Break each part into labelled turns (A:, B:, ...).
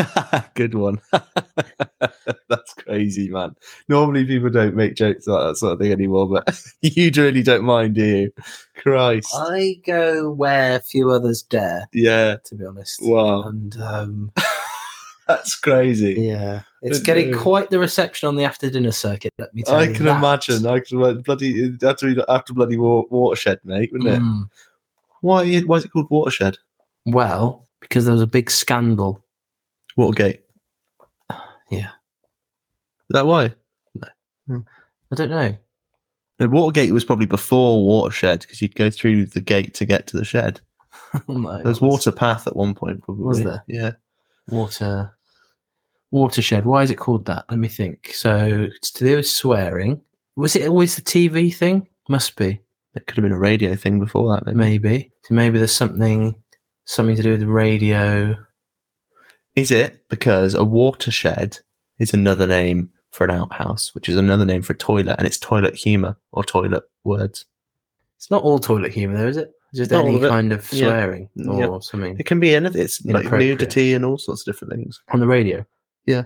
A: Good one. That's crazy, man. Normally people don't make jokes like that sort of thing anymore, but you really don't mind, do you? Christ.
B: I go where few others dare,
A: Yeah.
B: to be honest.
A: Wow.
B: And um,
A: That's crazy.
B: yeah, it's
A: But
B: getting
A: no.
B: quite the reception on the after dinner circuit. Let me tell
A: I
B: you
A: can
B: that.
A: imagine. I can imagine. Bloody, it'd have to be after bloody wa- watershed, mate, wouldn't it?
B: Mm.
A: Why, i- why is it called watershed?
B: Well, because there was a big scandal.
A: Watergate.
B: Yeah.
A: Is that why?
B: I don't know.
A: The Watergate was probably before watershed because you'd go through the gate to get to the shed.
B: No,
A: There was water path at one point, probably.
B: Was there?
A: Yeah.
B: water watershed. Why is it called that? Let me think. So it's to do with swearing. Was it always the TV thing? Must be.
A: It could have been a radio thing before that, maybe.
B: Maybe. So maybe there's something something to do with the radio.
A: Is it because a watershed is another name for an outhouse, which is another name for a toilet, and it's toilet humour or toilet words?
B: It's not all toilet humour though, is it? Just
A: Not all
B: any
A: of it.
B: kind of
A: Yeah.
B: swearing
A: Yeah.
B: or something
A: It can be anything. It's like
B: Inappropriate.
A: nudity and all sorts of different things.
B: on the radio.
A: Yeah.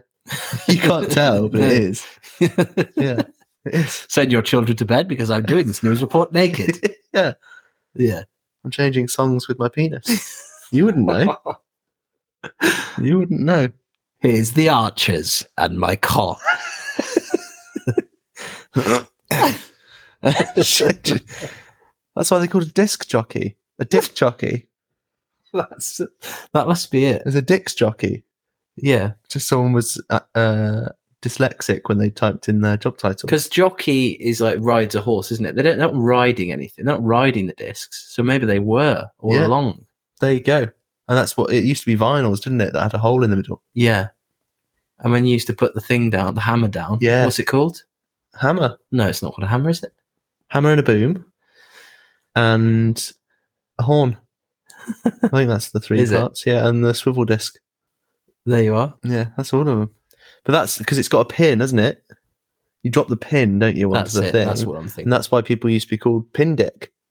A: You can't tell, but it is. Yeah. It is.
B: Send your children to bed because I'm doing this news report naked.
A: yeah.
B: yeah.
A: I'm changing songs with my penis. You wouldn't know. You wouldn't know.
B: Here's the archers and my cock.
A: That's why they called a disc jockey. A disc jockey.
B: That's that must be it.
A: There's a disc jockey.
B: Yeah.
A: just someone was uh, uh, dyslexic when they typed in their job title.
B: Because jockey is like rides a horse, isn't it? They don't, they're not riding anything. They're not riding the discs. So maybe they were all
A: Yeah.
B: along.
A: There you go. And that's what it used to be vinyls, didn't it? That had a hole in the middle.
B: Yeah. And when you used to put the thing down, the hammer down.
A: Yeah.
B: What's it called?
A: Hammer,
B: No, it's not called a hammer, is it?
A: hammer and a boom, and a horn. I think that's the three
B: Is it?
A: parts. Yeah, and the swivel disc.
B: There you are.
A: Yeah, that's all of them. But that's because it's got a pin, hasn't it? You drop the pin, don't you, onto
B: That's
A: the
B: it.
A: thing?
B: That's what I'm
A: and
B: thinking.
A: that's why people used to be called pin dick.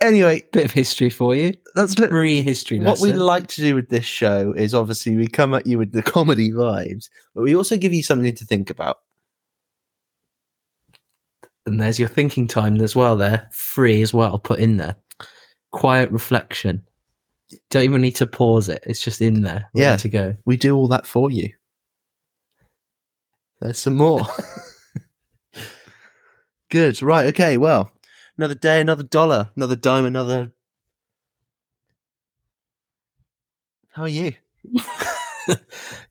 A: anyway,
B: Bit of history for you.
A: that's literally.
B: Free history
A: What we
B: lesson.
A: like to do with this show is obviously we come at you with the comedy vibes, but we also give you something to think about.
B: and there's your thinking time as well there. Free is what I'll put in there. Quiet reflection. Don't even need to pause it. It's just in there. ready
A: Yeah.
B: To go.
A: We do all that for you. There's some more. Good. Right. Okay. Well, another day, another dollar, another dime, another. How are you?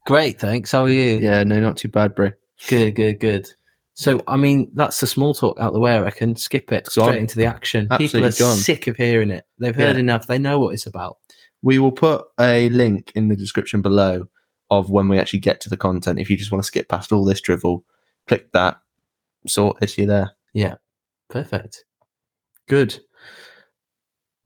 B: Great. Thanks. How are you?
A: Yeah. No, not too bad, bro.
B: Good, good, good. So, I mean, that's the small talk out the way. I reckon. Skip it
A: Gone.
B: straight into the action. People
A: Absolutely
B: are
A: gone.
B: sick of hearing it. They've heard
A: Yeah.
B: enough. They know what it's about.
A: We will put a link in the description below of when we actually get to the content. If you just want to skip past all this drivel, click that. Sorted, you there.
B: Perfect. Good.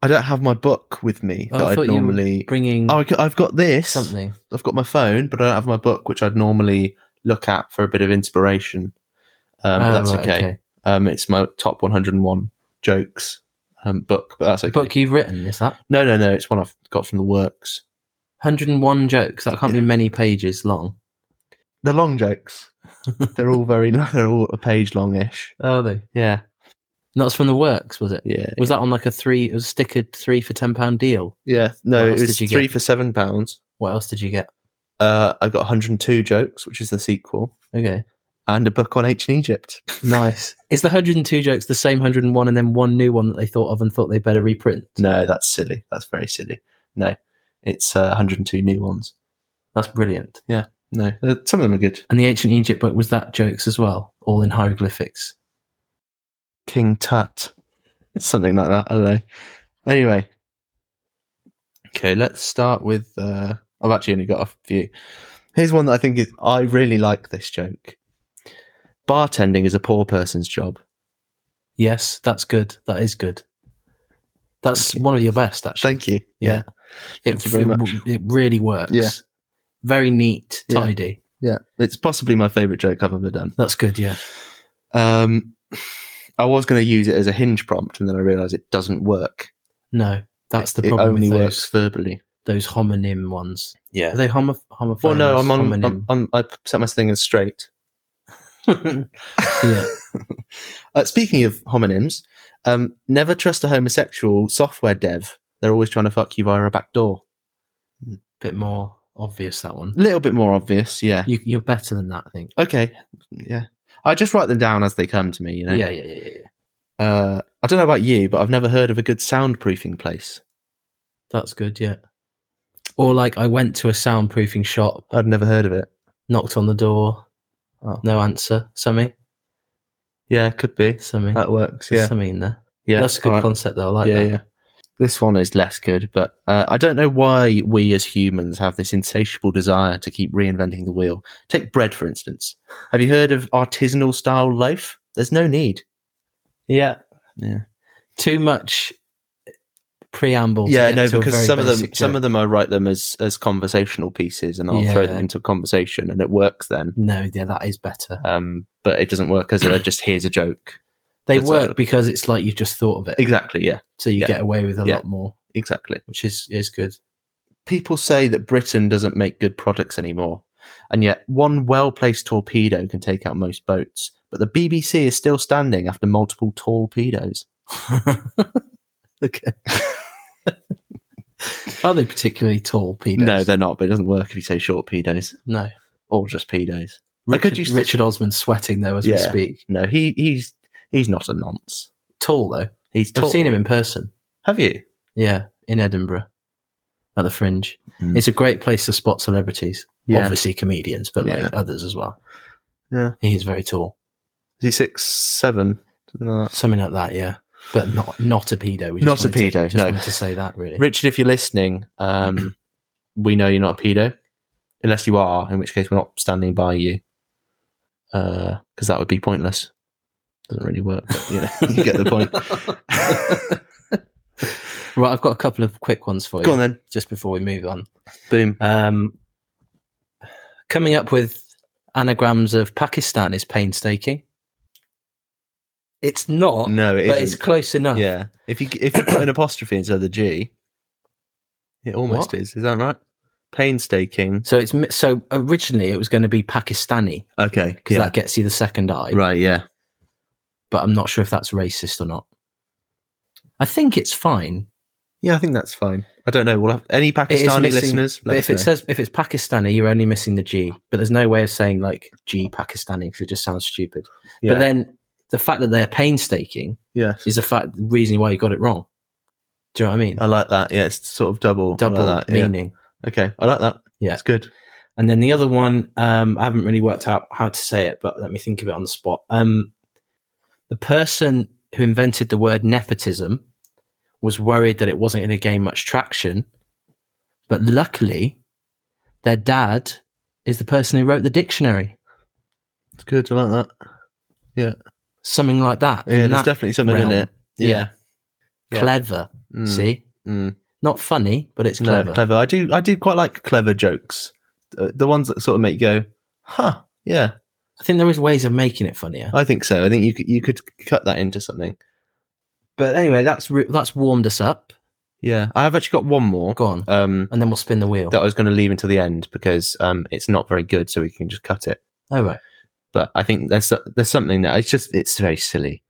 A: I don't have my book with me
B: Oh, I
A: that
B: thought
A: I'd
B: you were
A: normally.
B: Bringing
A: Oh, I c- I've got this.
B: something.
A: I've got my phone, but I don't have my book, which I'd normally look at for a bit of inspiration. Um, but
B: Oh,
A: that's
B: right,
A: okay. Um, it's my top 101 jokes um, book, but that's okay.
B: Book you've written is that
A: No, no, no. It's one I've got from the works.
B: 101 jokes? That can't be many pages long.
A: The long jokes. they're all very. They're all a page longish.
B: Oh, they.
A: Yeah,
B: No, it's from the works, was it?
A: yeah,
B: Was that on like a three? It was a stickered three for ten pound deal.
A: yeah. No,
B: What
A: it
B: else
A: was
B: did you
A: three
B: get?
A: for seven pounds.
B: What else did you get?
A: Uh, I got 102 jokes, which is the sequel,
B: Okay,
A: and a book on ancient Egypt.
B: nice. is the 102 jokes the same 101 and then one new one that they thought of and thought they better reprint?
A: No, that's silly. That's very silly. No, it's uh, 102 new ones.
B: That's brilliant.
A: No, uh, some of them are good.
B: And the ancient Egypt book was that jokes as well, all in hieroglyphics.
A: King Tut, something like that. I don't know. Anyway, okay, let's start with. Uh, I've actually only got a few. Here's one that I think is. I really like this joke. Bartending is a poor person's job.
B: Yes, that's good. That is good. That's
A: Thank you.
B: one of your best, actually.
A: Thank you.
B: Yeah. it,
A: you very
B: it
A: much.
B: w- it really works.
A: Yeah.
B: Very neat,
A: Yeah.
B: tidy.
A: Yeah, it's possibly my favorite joke I've ever done.
B: That's good, yeah.
A: Um, I was going to use it as a hinge prompt, and then I realized it doesn't work.
B: No. That's the
A: it
B: problem.
A: only
B: with
A: works
B: those,
A: verbally.
B: those homonym ones.
A: Yeah.
B: Are they homo- homophones?
A: Well, no, I'm on.
B: Homonym.
A: I'm, I'm, I set my thing as straight.
B: yeah.
A: Uh, speaking of homonyms, um, never trust a homosexual software dev. They're always trying to fuck you via a back door.
B: Bit more obvious that one.
A: A little bit more obvious, yeah.
B: You, you're better than that, I think.
A: Okay, yeah. I just write them down as they come to me, you know.
B: Yeah, yeah, yeah, yeah. yeah.
A: Uh, I don't know about you, but I've never heard of a good soundproofing place.
B: That's good. Yeah. Or like I went to a soundproofing shop,
A: I'd never heard of it.
B: knocked on the door,
A: Oh.
B: no answer. Something,
A: Yeah, could be.
B: something,
A: That works.
B: There's
A: Yeah,
B: something in there.
A: yeah.
B: That's a good
A: alright.
B: concept though. I like
A: yeah,
B: that.
A: yeah. This one is less good, but uh, I don't know why we as humans have this insatiable desire to keep reinventing the wheel. Take bread, for instance. Have you heard of artisanal style loaf? There's no need.
B: Yeah.
A: Yeah.
B: Too much preamble. to
A: yeah,
B: get
A: no,
B: to a
A: because
B: very
A: some of them,
B: basic
A: some
B: joke.
A: of them, I write them as as conversational pieces, and I'll throw them
B: Yeah.
A: into conversation, and it works then.
B: No, yeah, that is better.
A: Um, but it doesn't work as a just here's a joke.
B: They
A: That's
B: work
A: right.
B: because it's like you just thought of it,
A: Exactly. Yeah.
B: so you
A: yeah.
B: get away with a
A: Yeah.
B: lot more,
A: Exactly.
B: which is is good.
A: people say that Britain doesn't make good products anymore, and yet one well placed torpedo can take out most boats. But the BBC is still standing after multiple torpedoes.
B: okay. Are they particularly tall pedos?
A: No, they're not, but it doesn't work if you say short pedos
B: no.
A: or just pedos. I could
B: Richard,
A: use-
B: Richard Osman's sweating though as we
A: Yeah.
B: speak.
A: No, he he's he's not a nonce.
B: Tall though.
A: He's tall.
B: I've seen him in person.
A: Have you?
B: Yeah, in Edinburgh, at the Fringe.
A: Mm.
B: It's a great place to spot celebrities.
A: Obviously.
B: Obviously comedians, but
A: Yeah.
B: like others as well.
A: Yeah.
B: He's very tall,
A: He's six seven. Something like that.
B: something like that. Yeah, but not not a pedo. We just
A: Not a
B: wanted to-
A: pedo,
B: Just
A: no.
B: wanted to say that really.
A: Richard, if you're listening, um, we know you're not a pedo, unless you are, in which case we're not standing by you,
B: Uh,
A: because that would be pointless. Doesn't really work. But, you know, you get the point.
B: Right, I've got a couple of quick ones for you
A: Go on then.
B: just before we move on.
A: Boom.
B: Um, coming up with anagrams of Pakistan is painstaking. It's not,
A: No, it
B: but it's
A: is.
B: close enough.
A: Yeah. If you if you put an apostrophe instead of the G, it almost
B: What?
A: is. Is that right? Painstaking.
B: So it's mi- so originally it was going to be Pakistani
A: Okay.
B: because
A: Yeah.
B: that gets you the second eye,
A: Right. Yeah.
B: but I'm not sure if that's racist or not. I think it's fine.
A: Yeah. I think that's fine. I don't know. We'll have any Pakistani
B: missing-
A: listeners.
B: But
A: let
B: if
A: us
B: it says if it's Pakistani, you're only missing the G. But there's no way of saying like G Pakistani because it just sounds stupid.
A: know.
B: But
A: yeah.
B: then the fact that they're painstaking
A: yes.
B: is the fact the reason why you got it wrong. Do you know what I mean?
A: I like that. Yeah, it's sort of double. I like
B: Double
A: that, yeah.
B: meaning.
A: Okay, I like that.
B: Yeah.
A: it's good.
B: And then the other one, um, I haven't really worked out how to say it, but let me think of it on the spot. Um, the person who invented the word nepotism was worried that it wasn't going to gain much traction, but luckily, their dad is the person who wrote the dictionary,
A: It's good. I like that.
B: something like that.
A: Yeah,
B: in
A: there's
B: that
A: definitely something
B: realm.
A: in it.
B: Yeah.
A: Yeah.
B: clever.
A: Mm,
B: See,
A: mm.
B: not funny, but it's
A: No,
B: clever.
A: clever. I do. I do quite like clever jokes. Uh, the ones that sort of make you go, "Huh." Yeah,
B: I think there is ways of making it funnier.
A: I think so. I think you could you could cut that into something.
B: But anyway, that's re- that's warmed us up.
A: Yeah, I have actually got one more.
B: Go on,
A: Um,
B: and then we'll spin the wheel.
A: that I was going to leave until the end because um, it's not very good, so we can just cut it.
B: All right.
A: but I think there's there's something that it's just it's very silly.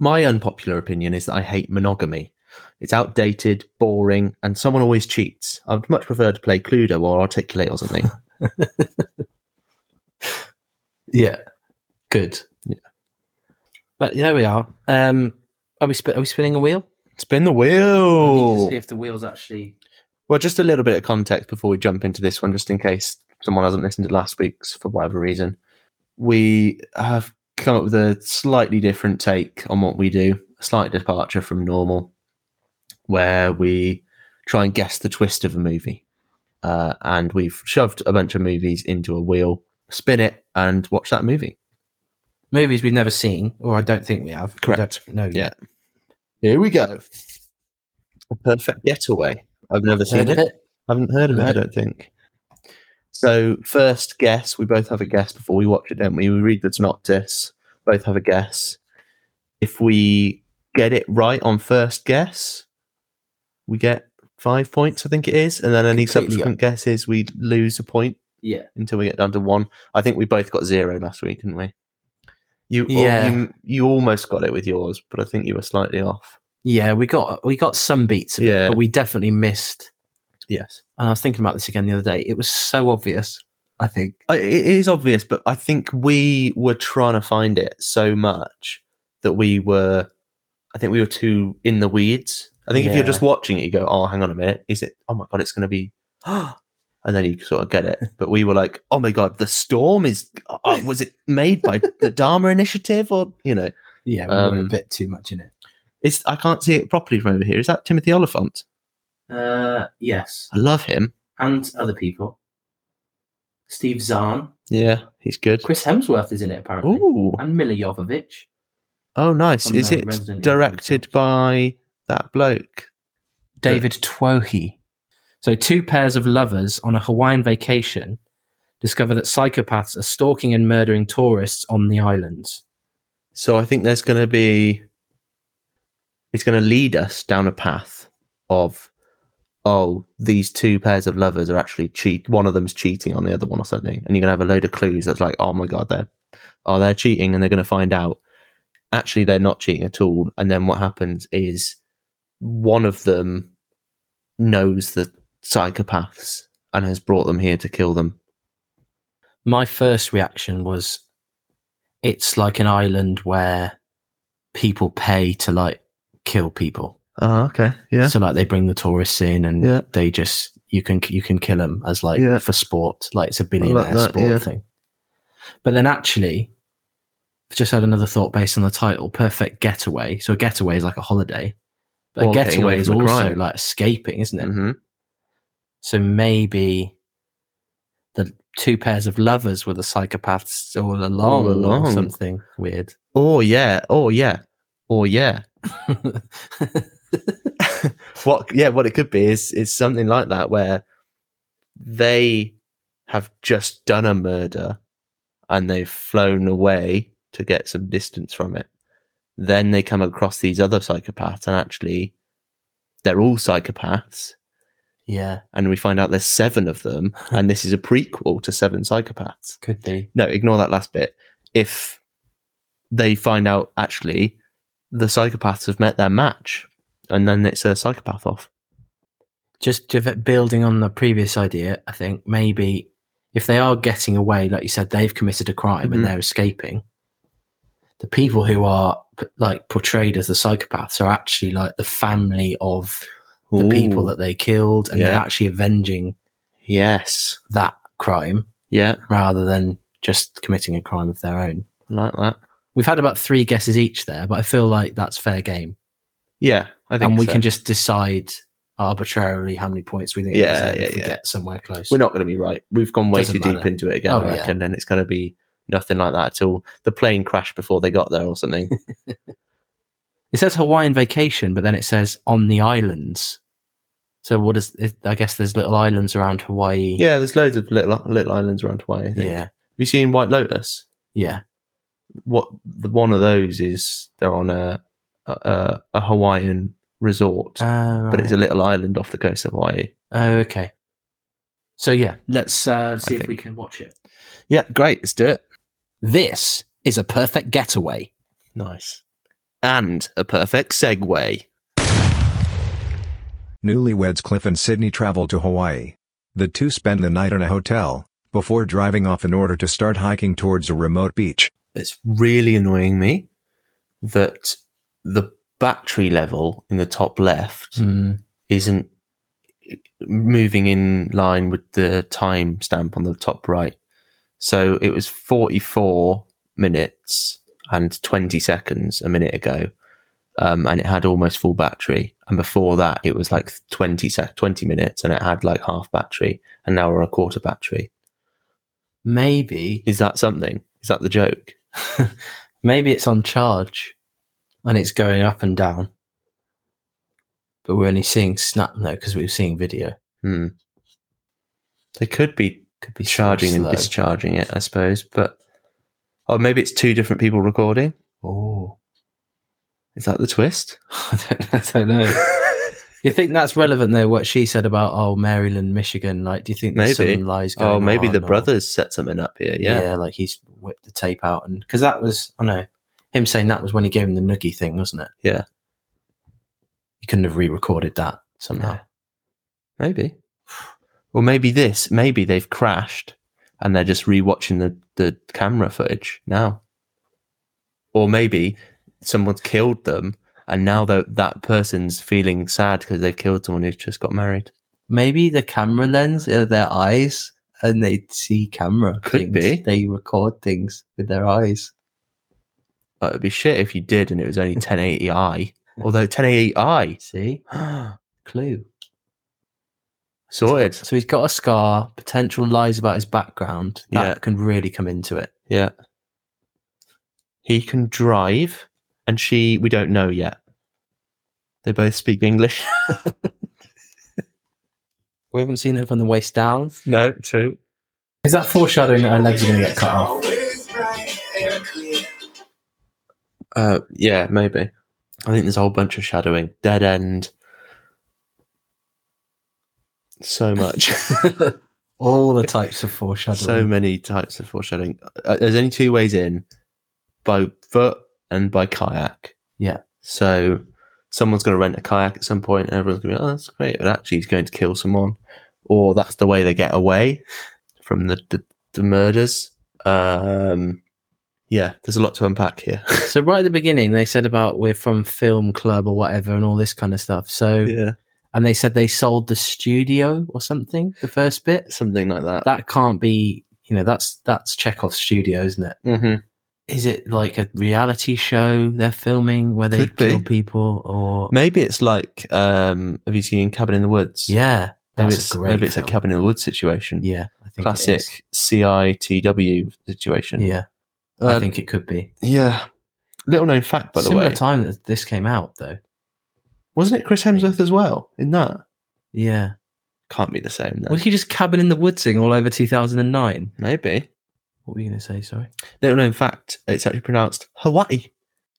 A: My unpopular opinion is that I hate monogamy. It's outdated, boring, and someone always cheats. I'd much prefer to play Cluedo or Articulate or something.
B: Yeah. Good.
A: Yeah.
B: But there we are. Um, are we sp- are we spinning a wheel?
A: Spin the
B: I need to
A: wheel.
B: see if the wheel's actually.
A: Well, just a little bit of context before we jump into this one, just in case someone hasn't listened to last week's for whatever reason. We have come up with a slightly different take on what we do, a slight departure from normal, where we try and guess the twist of a movie. Uh, and we've shoved a bunch of movies into a wheel, spin it, and watch that movie.
B: Movies we've never seen, or I don't think we have.
A: Correct.
B: No.
A: Yeah. Here we go. A perfect getaway. I've never seen
B: Heard
A: it.
B: of it?
A: Haven't heard of it, I
B: No.
A: don't think. So, first guess, we both have a guess before we watch it, don't we? We read the synopsis, both have a guess. If we get it right on first guess, we get five points, I think it is, and then any
B: Completely.
A: subsequent guesses we lose a point
B: Yeah.
A: until we get down to one. I think we both got zero last week, didn't we? You al-
B: Yeah.
A: you, you almost got it with yours, but I think you were slightly off.
B: Yeah, we got we got some beats, of it,
A: Yeah.
B: but we definitely missed.
A: Yes,
B: And I was thinking about this again the other day. It was so obvious. I think.
A: I- it is obvious, but I think we were trying to find it so much that we were, I think we were too in the weeds. I think if you're
B: Yeah.
A: just watching it, you go, "Oh, hang on a minute, is it? Oh my god, it's going to be." And then you sort of get it, but we were like, "Oh my god, the storm is oh, was it made by the Dharma Initiative or you know?"
B: Yeah, we were a
A: Um,
B: bit too much in it.
A: It's I can't see it properly from over here. Is that Timothy Oliphant?
B: Uh, yes,
A: I love him.
B: and other people. Steve Zahn,
A: Yeah, he's good.
B: Chris Hemsworth is in it apparently,
A: Ooh,
B: and Mila Jovovich.
A: oh nice.
B: From
A: Is
B: the
A: it
B: Resident Evil
A: directed
B: films.
A: by that bloke?
B: David Twohy. So, two pairs of lovers on a Hawaiian vacation discover that psychopaths are stalking and murdering tourists on the islands.
A: So I think there's going to be. It's going to lead us down a path of, oh, these two pairs of lovers are actually cheat. One of them's cheating on the other one or something, and you're going to have a load of clues that's like, oh my god, they're, oh they're cheating, and they're going to find out. Actually, they're not cheating at all. And then what happens is, one of them knows the psychopaths and has brought them here to kill them.
B: My first reaction was it's like an island where people pay to like kill people.
A: Oh, okay, yeah,
B: So like they bring the tourists in and
A: Yeah.
B: they just you can you can kill them as like
A: Yeah.
B: for sport, like it's a billionaire
A: that,
B: sport
A: yeah.
B: thing. But then actually, I've just had another thought based on the title, perfect getaway. So a getaway is like a holiday, but
A: Or
B: a
A: getting
B: getaway
A: away
B: is
A: from a
B: also
A: crime.
B: like escaping, isn't it?
A: hmm
B: So maybe the two pairs of lovers were the psychopaths all along,
A: All
B: or
A: along.
B: something weird.
A: Oh yeah, oh yeah, oh yeah. what yeah what it could be is is something like that where they have just done a murder and they've flown away to get some distance from it then they come across these other psychopaths and actually they're all psychopaths
B: yeah,
A: and we find out there's seven of them and this is a prequel to seven psychopaths
B: could be.
A: no ignore that last bit if they find out actually the psychopaths have met their match and then it's a psychopath off
B: just to- building on the previous idea, I think maybe if they are getting away, like you said, they've committed a crime
A: Mhm.
B: and they're escaping. The people who are p- like portrayed as the psychopaths are actually like the family of the people
A: Ooh.
B: that they killed, and they're
A: Yeah.
B: actually avenging
A: Yes.
B: that crime
A: Yeah,
B: rather than just committing a crime of their own.
A: I like that.
B: We've had about three guesses each there, but I feel like that's fair game,
A: Yeah, I think
B: and we
A: so.
B: can just decide arbitrarily how many points we think.
A: Yeah,
B: deserve
A: yeah,
B: if we
A: yeah.
B: get somewhere close.
A: We're not going to be right. We've gone way
B: Doesn't
A: too deep
B: matter.
A: into it again,
B: Oh,
A: I
B: yeah.
A: reckon, and it's going to be nothing like that at all. The plane crashed before they got there or something.
B: It says Hawaiian vacation, but then it says on the islands. So what is? It, I guess there's little islands around Hawaii.
A: yeah, there's loads of little little islands around Hawaii. I think. Have
B: yeah,
A: you seen White Lotus?
B: yeah.
A: What the one of those is? They're on a a- a, a Hawaiian resort,
B: Oh,
A: but it's a little island off the coast of Hawaii.
B: oh, okay. So yeah, let's uh, see if
A: think.
B: we can watch it.
A: Yeah, great. Let's do it.
B: This is a perfect getaway.
A: Nice, and a perfect segue.
C: Newlyweds Cliff and Sydney travel to Hawaii. The two spend the night in a hotel, before driving off in order to start hiking towards a remote beach.
A: it's really annoying me that the battery level in the top left
B: Hmm.
A: isn't moving in line with the time stamp on the top right. So it was 44 minutes and 20 seconds a minute ago. Um, and it had almost full battery. And before that, it was like 20, sec- 20 minutes and it had like half battery. And now we're a quarter battery.
B: Maybe,
A: Is that something? Is that the joke?
B: maybe it's on charge, and it's going up and down. But we're only seeing snap no because we're seeing video.
A: Hmm. They could be
B: Could be so
A: charging and
B: slow.
A: discharging it, I suppose. But oh, maybe it's two different people recording.
B: Oh.
A: Is that the twist?
B: I don't, I don't know. You think that's relevant though? What she said about oh Maryland, Michigan. Like, do you think there's
A: Maybe.
B: some lies? Going
A: Oh, maybe
B: on
A: the
B: or-
A: brothers set something up here. Yeah.
B: like he's whipped the tape out, and because that was I know him saying that was when he gave him the noogie thing, wasn't it?
A: Yeah.
B: he couldn't have re-recorded that somehow.
A: Maybe. Or maybe this. Maybe they've crashed and they're just rewatching the, the camera footage now. Or maybe someone's killed them and now that that person's feeling sad because they've killed someone who's just got married.
B: Maybe the camera lens are their eyes, and they see camera.
A: Could
B: things.
A: be.
B: they record things with their eyes.
A: But it'd be shit if you did and it was only 1080i. Although 1080i
B: See, clue.
A: sorted.
B: So he's got a scar, potential lies about his background. That
A: Yeah.
B: can really come into it.
A: Yeah. He can drive and she we don't know yet. They both speak English.
B: We haven't seen her from the waist down.
A: no, true.
B: Is that foreshadowing that her legs are going to get cut off?
A: Uh, yeah, maybe. I think there's a whole bunch of shadowing, dead end, so much,
B: All the types of foreshadowing.
A: so many types of foreshadowing. Uh, there's only two ways in: by foot and by kayak.
B: Yeah.
A: So someone's going to rent a kayak at some point, and everyone's going to be, "Oh, that's great," but actually, he's going to kill someone, or that's the way they get away from the the, the murders. Um, yeah, there's a lot to unpack here.
B: so right at the beginning, they said about we're from film club or whatever and all this kind of stuff. So
A: yeah,
B: and they said they sold the studio or something. The first bit
A: something like that.
B: that can't be. You know, that's that's Chekhov's studio, isn't it?
A: mm-hmm.
B: Is it like a reality show they're filming where they
A: Could be.
B: kill people or
A: Maybe it's like um have you seen Cabin in the Woods?
B: yeah?
A: Maybe
B: that's
A: it's
B: a great.
A: maybe it's a
B: film.
A: cabin in the woods situation.
B: Yeah, I think it is.
A: Classic CITW situation.
B: Yeah, I
A: Uh,
B: think it could be.
A: yeah. Little known fact by the
B: Similar
A: way.
B: time that this came out though.
A: Wasn't it Chris Hemsworth as well in that?
B: Yeah.
A: Can't be the same then.
B: Was he just cabin in the woods thing all over 2009?
A: Maybe.
B: What were you going to say? Sorry.
A: Little known fact, it's actually pronounced Hawaii.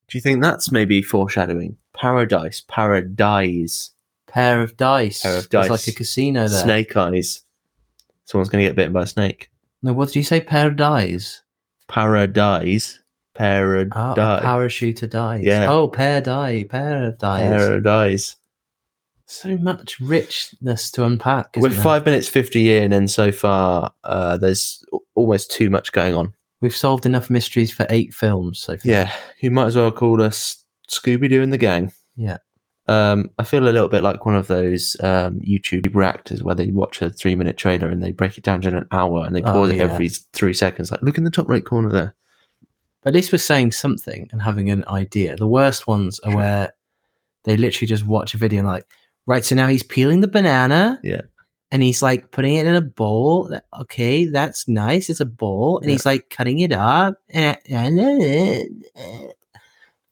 A: Do you think that's maybe foreshadowing? Paradise, paradise,
B: Pair of dice.
A: Pair of
B: There's
A: dice.
B: like a casino there.
A: snake eyes. Someone's gonna get bitten by a snake.
B: No, what did you say? Pair of dice.
A: Paradise, paradise.
B: Oh, a parachute of dice.
A: Yeah.
B: Oh, pair die. Pair of dice.
A: Paradise.
B: So much richness to unpack. Isn't
A: We're
B: there?
A: five minutes fifty in, and so far uh, there's al- almost too much going on.
B: We've solved enough mysteries for eight films. So far.
A: Yeah, you might as well call us Scooby Doo and the Gang.
B: Yeah.
A: Um, I feel a little bit like one of those um, YouTube reactors where they watch a three-minute trailer and they break it down to an hour and they
B: Oh,
A: pause it
B: yeah.
A: every three seconds. Like, look in the top right corner there.
B: But at least we're saying something and having an idea. The worst ones are
A: Sure.
B: where they literally just watch a video and like, right, so now he's peeling the banana.
A: Yeah.
B: And he's like putting it in a bowl. Th- Okay, that's nice. It's a bowl. And
A: Yeah.
B: he's like cutting it up. Eh, eh, eh, eh.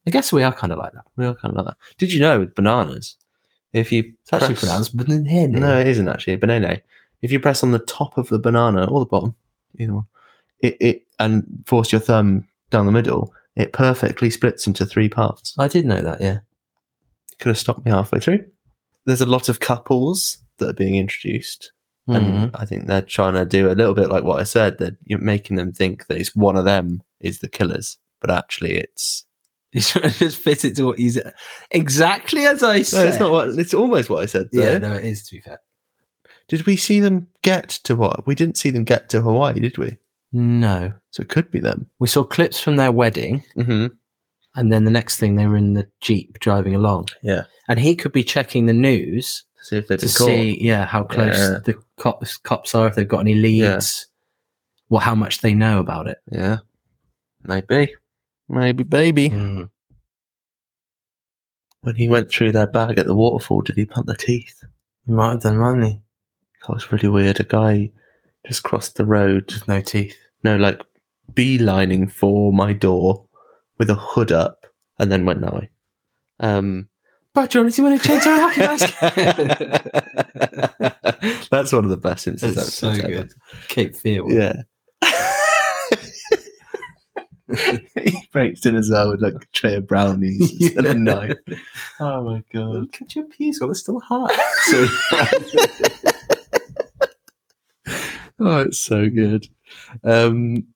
B: I guess we are kind of like that.
A: We all kind of like that. Did you know with bananas, if you
B: It's actually
A: press-
B: pronounced banana.
A: No, it isn't actually a banana. If you press on the top of the banana or the bottom, either one, it, it and force your thumb down the middle, it perfectly splits into three parts.
B: I did know that, yeah.
A: Could have stopped me halfway through. There's a lot of couples that are being introduced,
B: Mhm.
A: and I think they're trying to do a little bit like what I said. That you're making them think that it's one of them is the killers, but actually it's
B: He's trying to just fit it to what he's exactly as I
A: no,
B: said.
A: it's not what it's almost what I said. Though.
B: Yeah, no, it is to be fair.
A: Did we see them get to what? We didn't see them get to Hawaii, did we?
B: No.
A: So it could be them.
B: We saw clips from their wedding.
A: Mm-hmm.
B: And then the next thing, they were in the jeep driving along.
A: Yeah.
B: and he could be checking the news
A: See if they've
B: to
A: been caught.
B: see, yeah, how close
A: Yeah.
B: the cops cops are, if they've got any leads, well, how much they know about it.
A: Yeah. Maybe. Maybe, baby.
B: Mm.
A: When he went through their bag at the waterfall, did he punt the teeth?
B: He might have done money.
A: That was really weird. A guy just crossed the road.
B: No teeth.
A: No, like beelining for my door with a hood up and then went that way. Um,
B: But John, is he going to change our hockey mask?
A: That's one of the best instances.
B: That's so
A: ever.
B: good. Cape Fear. one.
A: Yeah. he breaks in as well with like a tray of brownies and a knife. Oh my god!
B: Look at your peas while they're still hot.
A: So- oh, it's so good. Um,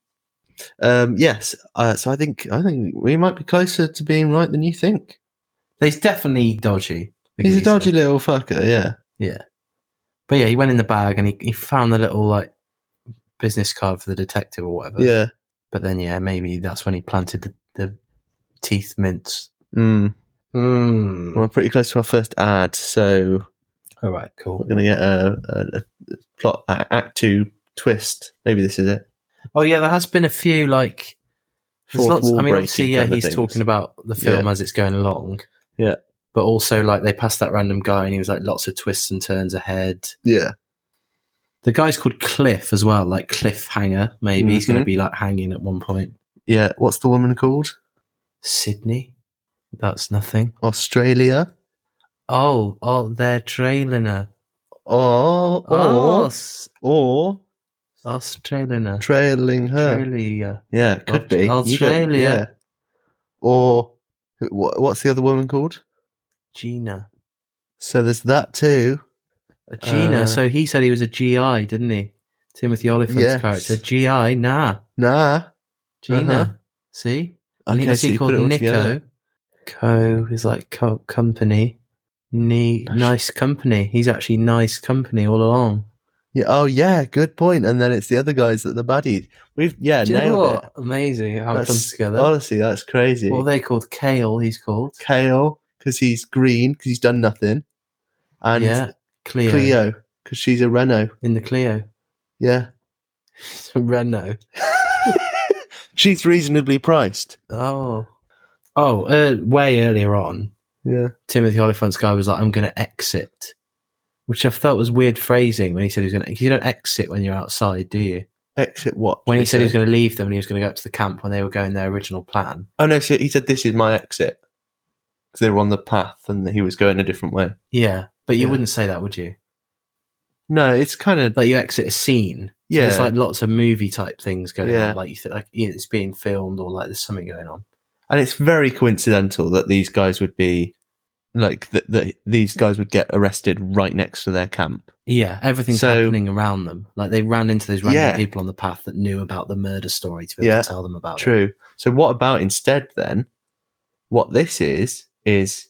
A: um, yes. Uh, so I think I think we might be closer to being right than you think.
B: He's definitely dodgy.
A: He's a dodgy little fucker. Yeah.
B: But yeah, he went in the bag and he, he found the little like business card for the detective or whatever.
A: Yeah.
B: But then yeah, maybe that's when he planted the, the teeth mints. Hmm.
A: Mm.
B: Mm.
A: We're pretty close to our first ad, so
B: All right, cool.
A: we're gonna get a, a, a plot a- act two twist. Maybe this is it.
B: Oh yeah, there has been a few like. there's
A: Fourth
B: lots,
A: wall
B: I mean, obviously,
A: breaking
B: yeah,
A: kind of
B: he's
A: things.
B: talking about the film
A: Yeah.
B: as it's going along.
A: Yeah.
B: But also, like, they passed that random guy and he was like lots of twists and turns ahead.
A: Yeah.
B: The guy's called Cliff as well, like Cliffhanger. Maybe he's going to
A: Mhm.
B: be like hanging at one point.
A: Yeah. What's the woman called?
B: Sydney, that's nothing.
A: Australia.
B: Oh, oh, they're trailing her.
A: Or
B: Oh,
A: or or
B: Australian. her.
A: trailing her.
B: Australia.
A: Yeah, it could
B: Aust-
A: be You got-
B: Australia.
A: yeah. Or what, what's the other woman called?
B: Gina.
A: So there's that too.
B: A Gina.
A: Uh,
B: so he said he was a GI, didn't he? Timothy Oliphant's
A: Yes.
B: character. GI, nah.
A: Nah.
B: Gina.
A: Uh-huh.
B: See?
A: Okay,
B: Nick-
A: so
B: he
A: you put
B: called
A: it all
B: Nico.
A: together.
B: Co is like co- company. Ne- nice company. He's actually nice company all along.
A: Yeah. Oh yeah, good point. And then it's the other guys that the baddies. We've yeah
B: Do you know
A: nailed
B: what?
A: it.
B: Amazing how it
A: That's-
B: comes together.
A: Honestly, that's crazy.
B: what are they called? Kale, he's called.
A: Kale because he's green because he's done nothing, and
B: yeah. Cleo.
A: Cleo because she's a Renault.
B: In the Clio.
A: Yeah,
B: Renault.
A: she's reasonably priced.
B: Oh. Oh, uh, way earlier on,
A: Yeah.
B: Timothy Oliphant's guy was like, I'm going to exit, which I felt was weird phrasing when he said he was going to, you don't exit when you're outside, do you?
A: Exit what?
B: When he
A: Did
B: said he was going to leave them and he was going to go up to the camp when they were going their original plan.
A: Oh no, so he said this is my exit because they were on the path and he was going a different way.
B: Yeah. But you
A: Yeah.
B: wouldn't say that, would you?
A: No, it's kind of
B: Like you exit a scene.
A: yeah,
B: There's like lots of movie type things going
A: Yeah.
B: on. Like you think like yeah, it's being filmed or like there's something going on.
A: and it's very coincidental that these guys would be like that. that these guys would get arrested right next to their camp.
B: Yeah, everything's
A: So-
B: happening around them. Like they ran into those random
A: Yeah.
B: people on the path that knew about the murder story to be able
A: Yeah,
B: to tell them about it.
A: True. So what about instead then? What this is is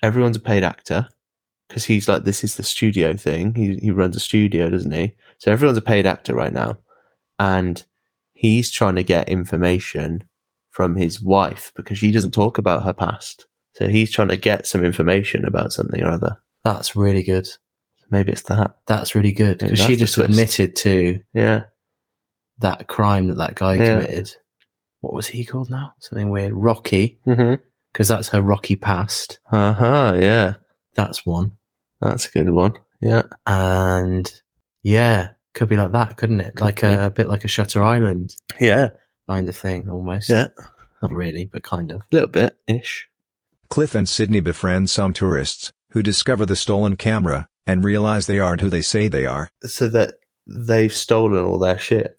A: everyone's a paid actor because he's like this is the studio thing. He he runs a studio, doesn't he? So everyone's a paid actor right now, and he's trying to get information from his wife because she doesn't talk about her past. So he's trying to get some information about something or other.
B: That's really good.
A: Maybe it's that.
B: That's really good
A: Yeah,
B: because
A: that's
B: she
A: the
B: just
A: twist.
B: admitted to
A: Yeah.
B: that crime that that guy
A: Yeah.
B: committed. What was he called now? Something weird. Rocky,
A: Mm-hmm.
B: because that's her rocky past.
A: Uh huh. Yeah.
B: That's one.
A: That's a good one. Yeah.
B: And yeah, could be like that, couldn't it? Like a, a bit like a Shutter Island
A: Yeah.
B: kind of thing, almost.
A: Yeah.
B: Not really, but kind of.
A: A little bit ish.
C: Cliff and Sydney befriend some tourists, who discover the stolen camera, and realize they aren't who they say they are.
A: so that they've stolen all their shit.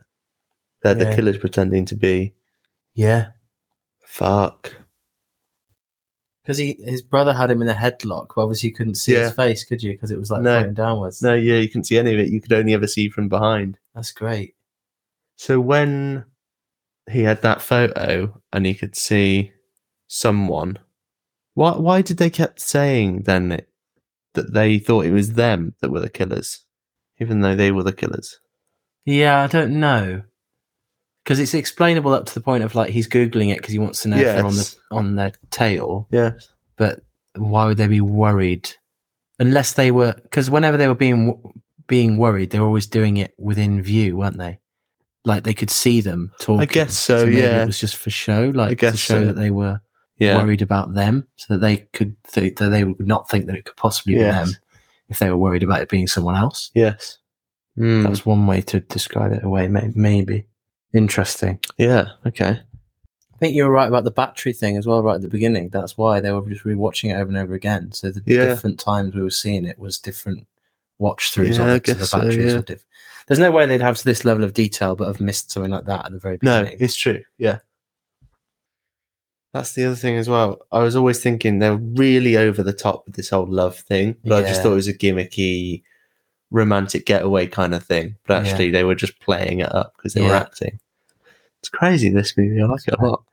A: They're
B: Yeah.
A: the killers pretending to be.
B: Yeah.
A: Fuck.
B: Because he, his brother had him in a headlock. but Obviously, you couldn't see
A: Yeah.
B: his face, could you? Because it was like
A: No.
B: pointing downwards.
A: No, yeah, you couldn't see any of it. You could only ever see from behind.
B: That's great.
A: So when he had that photo and he could see someone, why why did they kept saying then that, that they thought it was them that were the killers, even though they were the killers?
B: Yeah, I don't know. Because it's explainable up to the point of like he's googling it because he wants to know if they're on the
A: Yes.
B: on their tail.
A: Yeah.
B: But why would they be worried? Unless they were, because whenever they were being wo- being worried, they were always doing it within view, weren't they? Like they could see them talking.
A: guess so,
B: maybe
A: yeah.
B: it was just for show, like to
A: guess
B: show
A: so.
B: that they were
A: Yeah.
B: worried about them, so that they could th- that they would not think that it could possibly
A: Yes.
B: be them if they were worried about it being someone else.
A: Yes. Mm.
B: That's one way to describe it away, may- maybe. Interesting.
A: Yeah. Okay.
B: I think you were right about the battery thing as well, right at the beginning. That's why they were just rewatching it over and over again. So the
A: Yeah.
B: different times we were seeing it was different watch throughs
A: Yeah,
B: on
A: I
B: it. So
A: guess
B: the
A: so,
B: batteries
A: yeah.
B: were diff- There's no way they'd have this level of detail, but have missed something like that at the very
A: No,
B: beginning.
A: it's true. Yeah. That's the other thing as well. I was always thinking they're really over the top with this whole love thing, but I just
B: Yeah.
A: thought it was a gimmicky, romantic getaway kind of thing. But
B: Yeah.
A: actually, they were just playing it up because they were
B: Yeah.
A: acting. It's crazy. This movie, I like it a lot.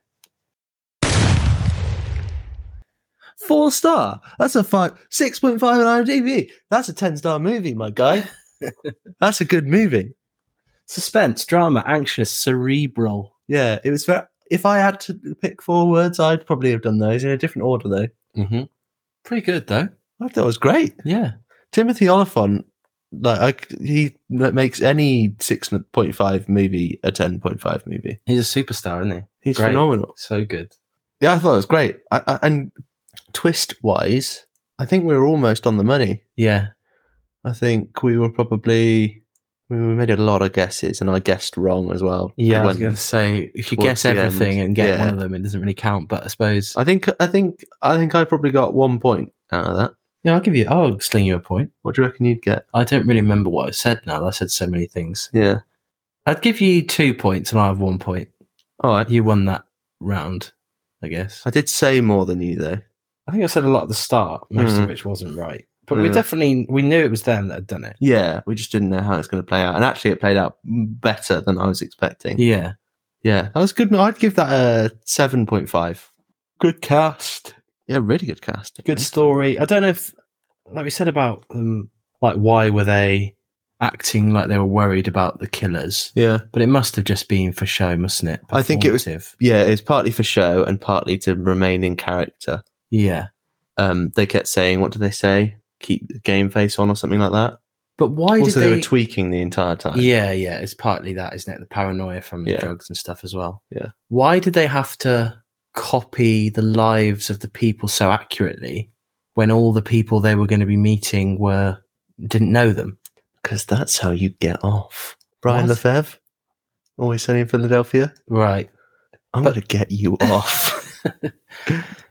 A: Four star. That's a five, six point five on IMDb. That's a ten star movie, my guy. That's a good movie.
B: Suspense, drama, anxious, cerebral.
A: Yeah, it was very. If I had to pick four words, I'd probably have done those in a different order, though.
B: Mm-hmm. Pretty good though.
A: I thought it was great.
B: Yeah.
A: Timothy Oliphant, like I c he like, makes any six point five movie a ten point five movie.
B: He's a superstar, isn't he?
A: He's
B: Great.
A: phenomenal.
B: So good.
A: Yeah, I thought it was great. I, I, and twist wise, I think we were almost on the money.
B: Yeah.
A: I think we were probably we we made a lot of guesses, and I guessed wrong as well.
B: Yeah. I was
A: When-
B: going to say, if you
A: towards
B: guess
A: the end,
B: everything and get
A: yeah.
B: one of them, it doesn't really count, but I suppose.
A: I think I think I think I probably got one point out of that.
B: Yeah, I'll give you, I'll sling you a point.
A: What do you reckon you'd get?
B: I don't really remember what I said now. I said so many things.
A: Yeah.
B: I'd give you two points and I have one point.
A: All right.
B: You won that round, I guess.
A: I did say more than you though.
B: I think I said a lot at the start, most
A: Mm.
B: of which wasn't right. But we
A: Yeah.
B: definitely we knew it was them that had done it.
A: Yeah, we just didn't know how it's going to play out, and actually, it played out better than I was expecting.
B: Yeah.
A: Yeah, that was good. I'd give that a seven point five.
B: Good cast.
A: Yeah, really good cast. I
B: Good
A: think.
B: story. I don't know if like we said about them like why were they acting like they were worried about the killers?
A: Yeah,
B: But it must have just been for show, mustn't it?
A: I think it was-
B: Performative.
A: yeah. It's partly for show and partly to remain in character.
B: Yeah.
A: Um, they kept saying, "What do they say? Keep the game face on" or something like that.
B: But why
A: also,
B: did
A: they,
B: they,
A: were tweaking the entire time.
B: Yeah, yeah, it's partly that, isn't it? The paranoia from
A: Yeah.
B: the drugs and stuff as well.
A: Yeah.
B: Why did they have to copy the lives of the people so accurately when all the people they were going to be meeting were didn't know them?
A: because that's how you get off. Brian
B: What?
A: Lefebvre, always sunny in Philadelphia.
B: Right.
A: I'm
B: But-
A: going to get you off.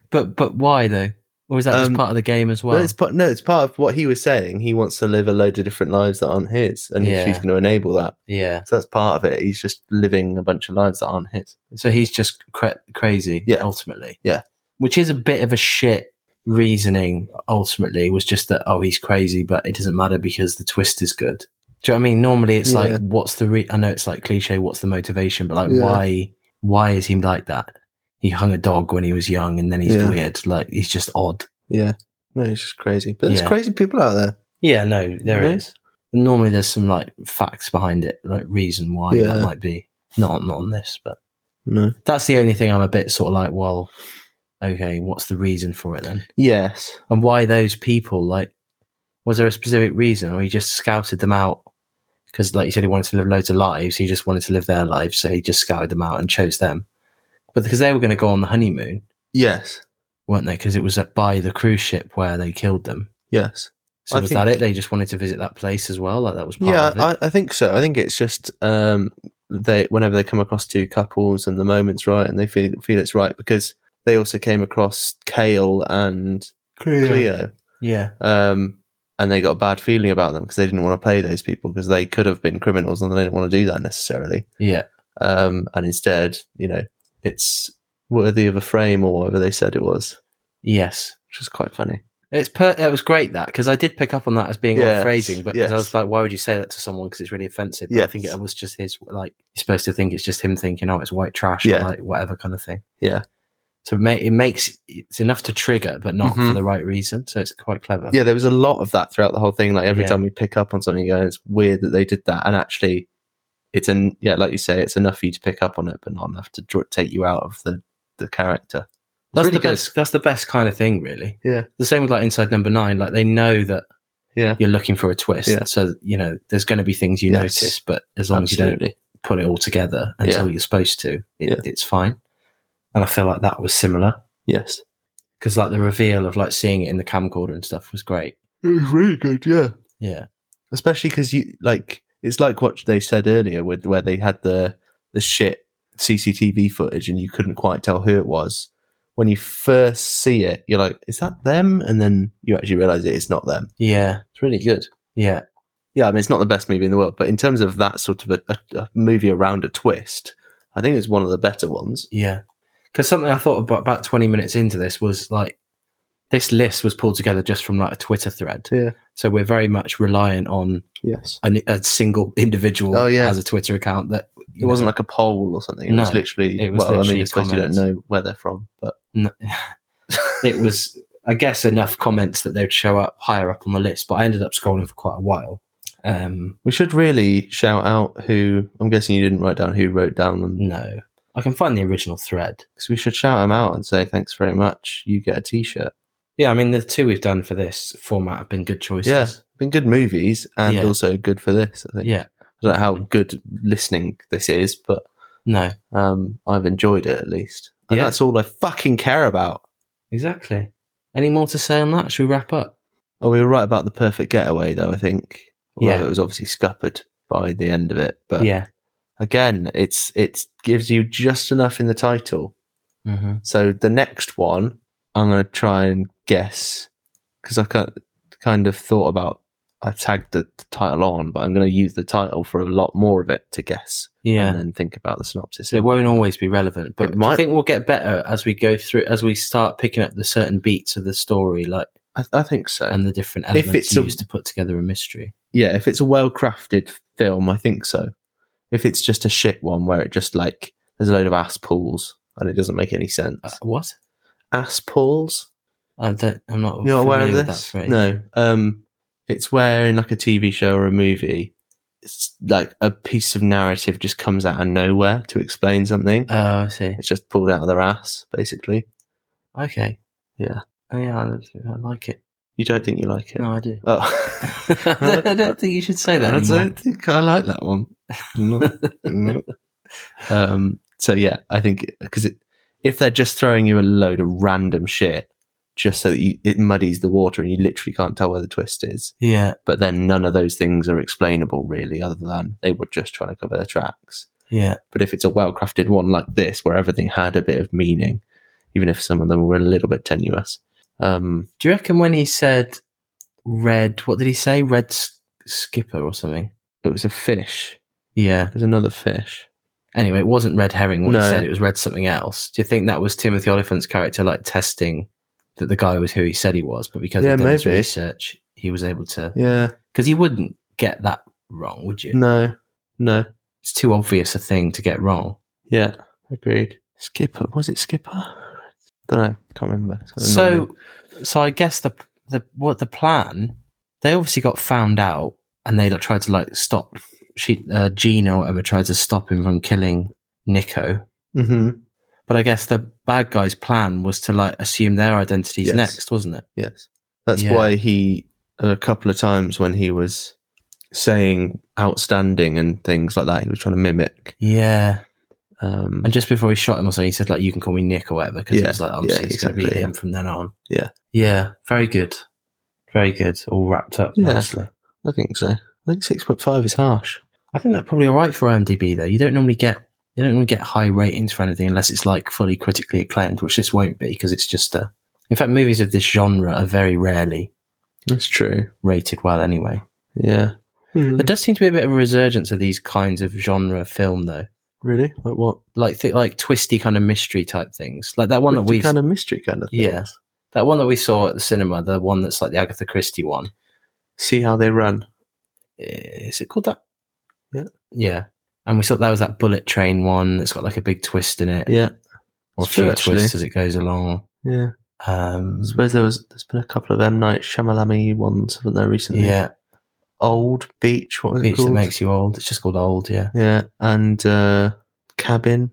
B: But but why though? Or is that
A: Um,
B: just part of the game as well?
A: Well, it's part, no, it's part of what he was saying. He wants to live a load of different lives that aren't his, and
B: Yeah.
A: she's going to enable that.
B: yeah.
A: So that's part of it. He's just living a bunch of lives that aren't his.
B: So he's just cra- crazy
A: Yeah.
B: ultimately.
A: Yeah.
B: Which is a bit of a shit reasoning ultimately was just that oh he's crazy but it doesn't matter because the twist is good. Do you know what I mean? Normally it's
A: Yeah.
B: like what's the re- I know it's like cliche what's the motivation but like
A: Yeah.
B: why why is he like that? He hung a dog when he was young and then he's
A: Yeah.
B: weird like he's just odd.
A: Yeah, no, it's just crazy. But there's
B: Yeah.
A: crazy people out there.
B: Yeah, no, there
A: Right?
B: is. Normally there's some like facts behind it, like reason why
A: Yeah.
B: that might be. Not not on this but
A: No.
B: that's the only thing I'm a bit sort of like, well, okay, what's the reason for it then?
A: Yes.
B: And why those people? Like, was there a specific reason, or he just scouted them out? Because, like you said, he wanted to live loads of lives. He just wanted to live their lives, so he just scouted them out and chose them. But because they were going to go on the honeymoon,
A: Yes.
B: weren't they? Because it was at- by the cruise ship where they killed them.
A: Yes.
B: So
A: I
B: was that
A: think-
B: it? They just wanted to visit that place as well. Like that was part
A: Yeah,
B: of it.
A: I, I think so. I think it's just um, they whenever they come across two couples and the moment's right, and they feel feel it's right because they also came across Kale and Cleo.
B: yeah,
A: um, and they got a bad feeling about them because they didn't want to play those people because they could have been criminals and they didn't want to do that necessarily.
B: yeah,
A: Um, and instead, you know, it's worthy of a frame or whatever they said it was,
B: yes.
A: which is quite funny.
B: It's per- that was great that because I did pick up on that as being odd
A: Yes,
B: phrasing, but 'cause I
A: yes.
B: was like, why would you say that to someone? Because it's really offensive. But I think
A: Yes.
B: it was just his like you're supposed to think it's just him thinking, oh, it's white trash
A: Yeah.
B: or like whatever kind of thing.
A: Yeah.
B: So it, ma- it makes it's enough to trigger, but not
A: Mhm.
B: for the right reason. So it's quite clever.
A: Yeah, there was a lot of that throughout the whole thing. Like every
B: Yeah.
A: time we pick up on something, you go, "Oh, it's weird that they did that. And actually, it's an yeah, like you say, it's enough for you to pick up on it, but not enough to draw, take you out of the the character. It's
B: that's
A: really
B: the best. That's the best kind of thing, really.
A: Yeah.
B: The same with like Inside Number Nine. Like they know that
A: Yeah.
B: you're looking for a twist,
A: Yeah.
B: so you know there's going to be things you
A: Yes.
B: notice, but as long as you don't put it all together
A: Yeah.
B: until you're supposed to. It,
A: Yeah.
B: It's fine. And I feel like that was similar
A: Yes.
B: because like the reveal of like seeing it in the camcorder and stuff was great.
A: It was really good, yeah.
B: Yeah.
A: especially because you like it's like what they said earlier with where they had the the shit CCTV footage and you couldn't quite tell who it was. When you first see it, you're like, "Is that them?" And then you actually realize it is not them.
B: Yeah.
A: It's really good.
B: Yeah.
A: Yeah, I mean, it's not the best movie in the world, but in terms of that sort of a, a, a movie around a twist, I think it's one of the better ones.
B: Yeah. because something I thought about about 20 minutes into this was like this list was pulled together just from like a Twitter thread.
A: Yeah.
B: So we're very much reliant on
A: Yes.
B: a, a single individual
A: Oh, yeah.
B: has a Twitter account that
A: It wasn't like a poll or something. It was
B: No,
A: literally.
B: it was
A: well, I
B: literally
A: mean, I suppose you don't
B: comments.
A: know where they're from, but
B: No, it was, I guess, enough comments that they'd show up higher up on the list. But I ended up scrolling for quite a while. Um,
A: we should really shout out who. I'm guessing you didn't write down who wrote down them
B: no, I can find the original thread.
A: because we should shout them out and say thanks very much. You get a T-shirt.
B: Yeah, I mean the two we've done for this format have been good choices.
A: Yeah, been good movies and
B: Yeah.
A: also good for this. I think.
B: yeah.
A: I don't know how good listening this is, but
B: No,
A: um, I've enjoyed it at least, and
B: Yeah.
A: that's all I fucking care about.
B: exactly. Any more to say on that? Should we wrap up?
A: Oh, we were right about the perfect getaway, though. I think. Although
B: Yeah.
A: it was obviously scuppered by the end of it, but
B: yeah.
A: again, it's it gives you just enough in the title.
B: Mm-hmm.
A: So the next one, I'm gonna try and guess because I kind kind of thought about I tagged the, the title on, but I'm gonna use the title for a lot more of it to guess
B: Yeah.
A: and then think about the synopsis.
B: it won't always be relevant, but
A: It might-
B: I think we'll get better as we go through, as we start picking up the certain beats of the story, like
A: I, I think so.
B: and the different
A: If
B: elements
A: it's a-
B: used to put together a mystery.
A: yeah, if it's a well crafted film, I think so. If it's just a shit one where it just like there's a load of ass pools and it doesn't make any sense.
B: Uh, what?
A: ass pools?
B: I don't. I'm not.
A: You're not aware of
B: familiar with that
A: this?
B: phrase.
A: No. Um, it's where in like a TV show or a movie, it's like a piece of narrative just comes out of nowhere to explain something.
B: Oh, I see.
A: it's just pulled out of their ass, basically.
B: Okay.
A: Yeah.
B: Oh, yeah, I, I like it.
A: You don't think you like it?
B: No, I do.
A: Oh.
B: I don't think you should say that.
A: I
B: anymore.
A: don't think I like that one. No, no. um, so yeah, I think because it, if they're just throwing you a load of random shit, just so that you, it muddies the water and you literally can't tell where the twist is.
B: Yeah.
A: But then none of those things are explainable really, other than they were just trying to cover their tracks.
B: Yeah.
A: But if it's a well-crafted one like this, where everything had a bit of meaning, even if some of them were a little bit tenuous, um,
B: Do you reckon when he said red, what did he say? Red s- skipper or something?
A: it was a fish.
B: Yeah.
A: There's another fish.
B: Anyway, it wasn't red herring what
A: No.
B: he said. It was red something else. Do you think that was Timothy Oliphant's character like testing that the guy was who he said he was, but because
A: Yeah,
B: of his
A: maybe.
B: research, he was able to
A: Yeah.
B: because you wouldn't get that wrong, would you?
A: No. No.
B: It's too obvious a thing to get wrong.
A: Yeah, agreed. Skipper, was it Skipper? Don't know, can't remember. It's got a
B: So, so I guess the the what the plan? They obviously got found out, and they like, tried to like stop. She uh, Gina or whatever tried to stop him from killing Nico.
A: long name. Mhm,
B: But I guess the bad guy's plan was to like assume their identities
A: Yes.
B: next, wasn't it?
A: Yes, that's
B: Yeah.
A: why he a couple of times when he was saying outstanding and things like that, he was trying to mimic.
B: Yeah.
A: Um,
B: And just before he shot him or something, he said like you can call me Nick or whatever because
A: Yeah,
B: it was like obviously
A: yeah,
B: it's going to be
A: exactly,
B: him from then on.
A: Yeah.
B: Yeah. Very good. Very good. All wrapped up
A: Yeah.
B: nicely.
A: I think so. I think six point five is harsh.
B: I think that's probably all right for IMDb though. You don't normally get you don't normally get high ratings for anything unless it's like fully critically acclaimed, which this won't be because it's just a. In fact, movies of this genre are very rarely
A: That's true.
B: rated well anyway.
A: Hmm. Yeah. Mm-hmm.
B: There does seem to be a bit of a resurgence of these kinds of genre film though,
A: Really? Like what?
B: like th- like twisty kind of mystery type things, like that one that
A: Pretty
B: we
A: kind of mystery kind of. Thing.
B: Yeah. That one that we saw at the cinema, the one that's like the Agatha Christie one. eh,
A: See how they run.
B: Is it called that?
A: Yeah.
B: Yeah. And we saw that was that bullet train one that's got like a big twist in it.
A: Yeah.
B: Or a
A: It's true,
B: few
A: actually.
B: twists as it goes along.
A: Yeah.
B: Um
A: I suppose there was. There's been a couple of M Night Shyamalan ones, haven't there, recently?
B: Yeah.
A: Old Beach. What was it
B: Beach
A: called?
B: that makes you old. It's just called old, yeah.
A: Yeah, and uh cabin,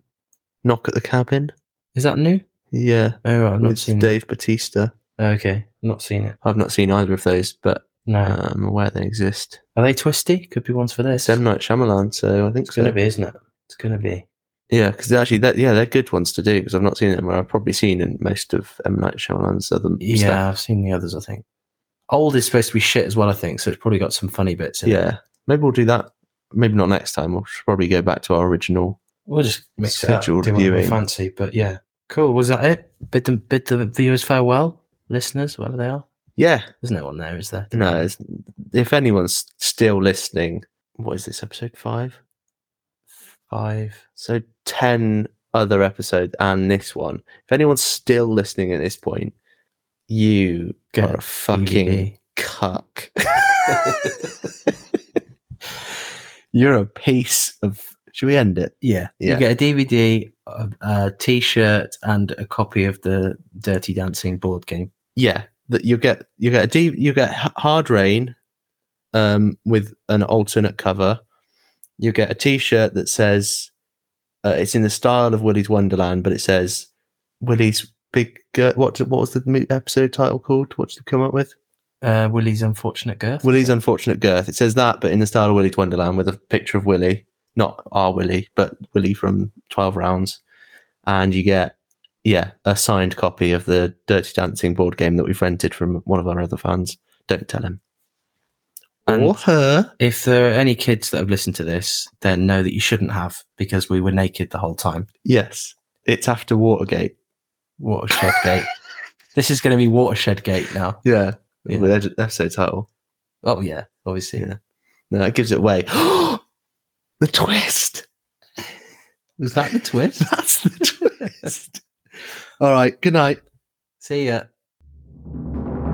A: knock at the cabin.
B: Is that new?
A: Yeah,
B: Oh I've not
A: with
B: seen
A: Dave Batista.
B: Okay. Not seen it.
A: I've not seen either of those, but
B: No.
A: uh, I'm aware they exist.
B: Are they twisty? Could be ones for
A: It's
B: this.
A: M Night Shyamalan, so I think
B: it's gonna
A: so.
B: be, isn't it? It's gonna be.
A: Yeah, because actually, that yeah, they're good ones to do because I've not seen them. Where I've probably seen in most of M Night Shyamalan's other
B: Yeah,
A: stuff.
B: I've seen the others, I think. Old is supposed to be shit as well, I think, so it's probably got some funny bits in it.
A: Yeah, maybe we'll do that. Maybe not next time. We'll should probably go back to our original.
B: We'll just mix it up, do
A: Scheduled
B: what we
A: viewing.
B: fancy, but yeah, cool. Was that it? Bid the bid the viewers farewell, listeners, whatever they are.
A: Yeah,
B: There's no one there, is there?
A: no. it's- If anyone's still listening, what is this episode five?
B: five.
A: So 10 other episode and this one, if anyone's still listening at this point, you
B: Get
A: are a
B: E
A: fucking cuck. You're a piece of. Should we end it?
B: Yeah.
A: Yeah.
B: You get a DVD, a, a T-shirt, and a copy of the Dirty Dancing board game.
A: Yeah, that you get you get a D, you get H- Hard Rain, um, with an alternate cover. You get a T-shirt that says, uh, it's in the style of Willy's Wonderland, but it says Willy's Big. Gir- what what was the mo- episode title called? What did you come up with?
B: Uh, Willie's unfortunate girth.
A: Willie's unfortunate girth. It says that, but in the style of Willy Wonderland, with a picture of Willy, not our Willy, but Willy from Twelve Rounds, and you get yeah a signed copy of the Dirty Dancing board game that we've rented from one of our other fans. Don't tell him
B: And-
A: or her.
B: If there are any kids that have listened to this, then know that you shouldn't have because we were naked the whole time.
A: Yes, it's after Watergate.
B: Watershed Gate. This is going to be Watershed Gate now.
A: Yeah,
B: Yeah.
A: With ed- episode title.
B: Oh yeah, obviously.
A: Yeah. No, that gives it away. the twist.
B: Was that the twist?
A: That's the twist. All right. Good night.
B: See ya.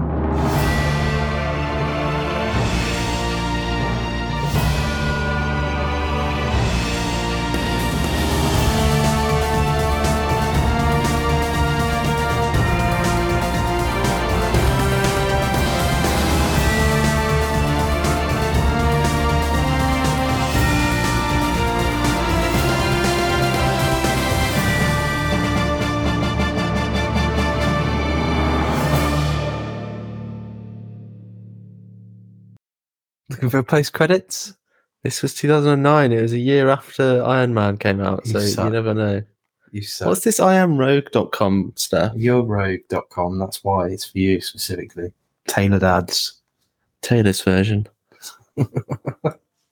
A: Looking for post credits? This was 2009. It was a year after Iron Man came out,
B: You
A: so you
B: suck.
A: never know.
B: You suck.
A: What's this I am rogue.com stuff?
B: Your rogue.com, that's why it's for you specifically. Tailored ads.
A: Taylor's version.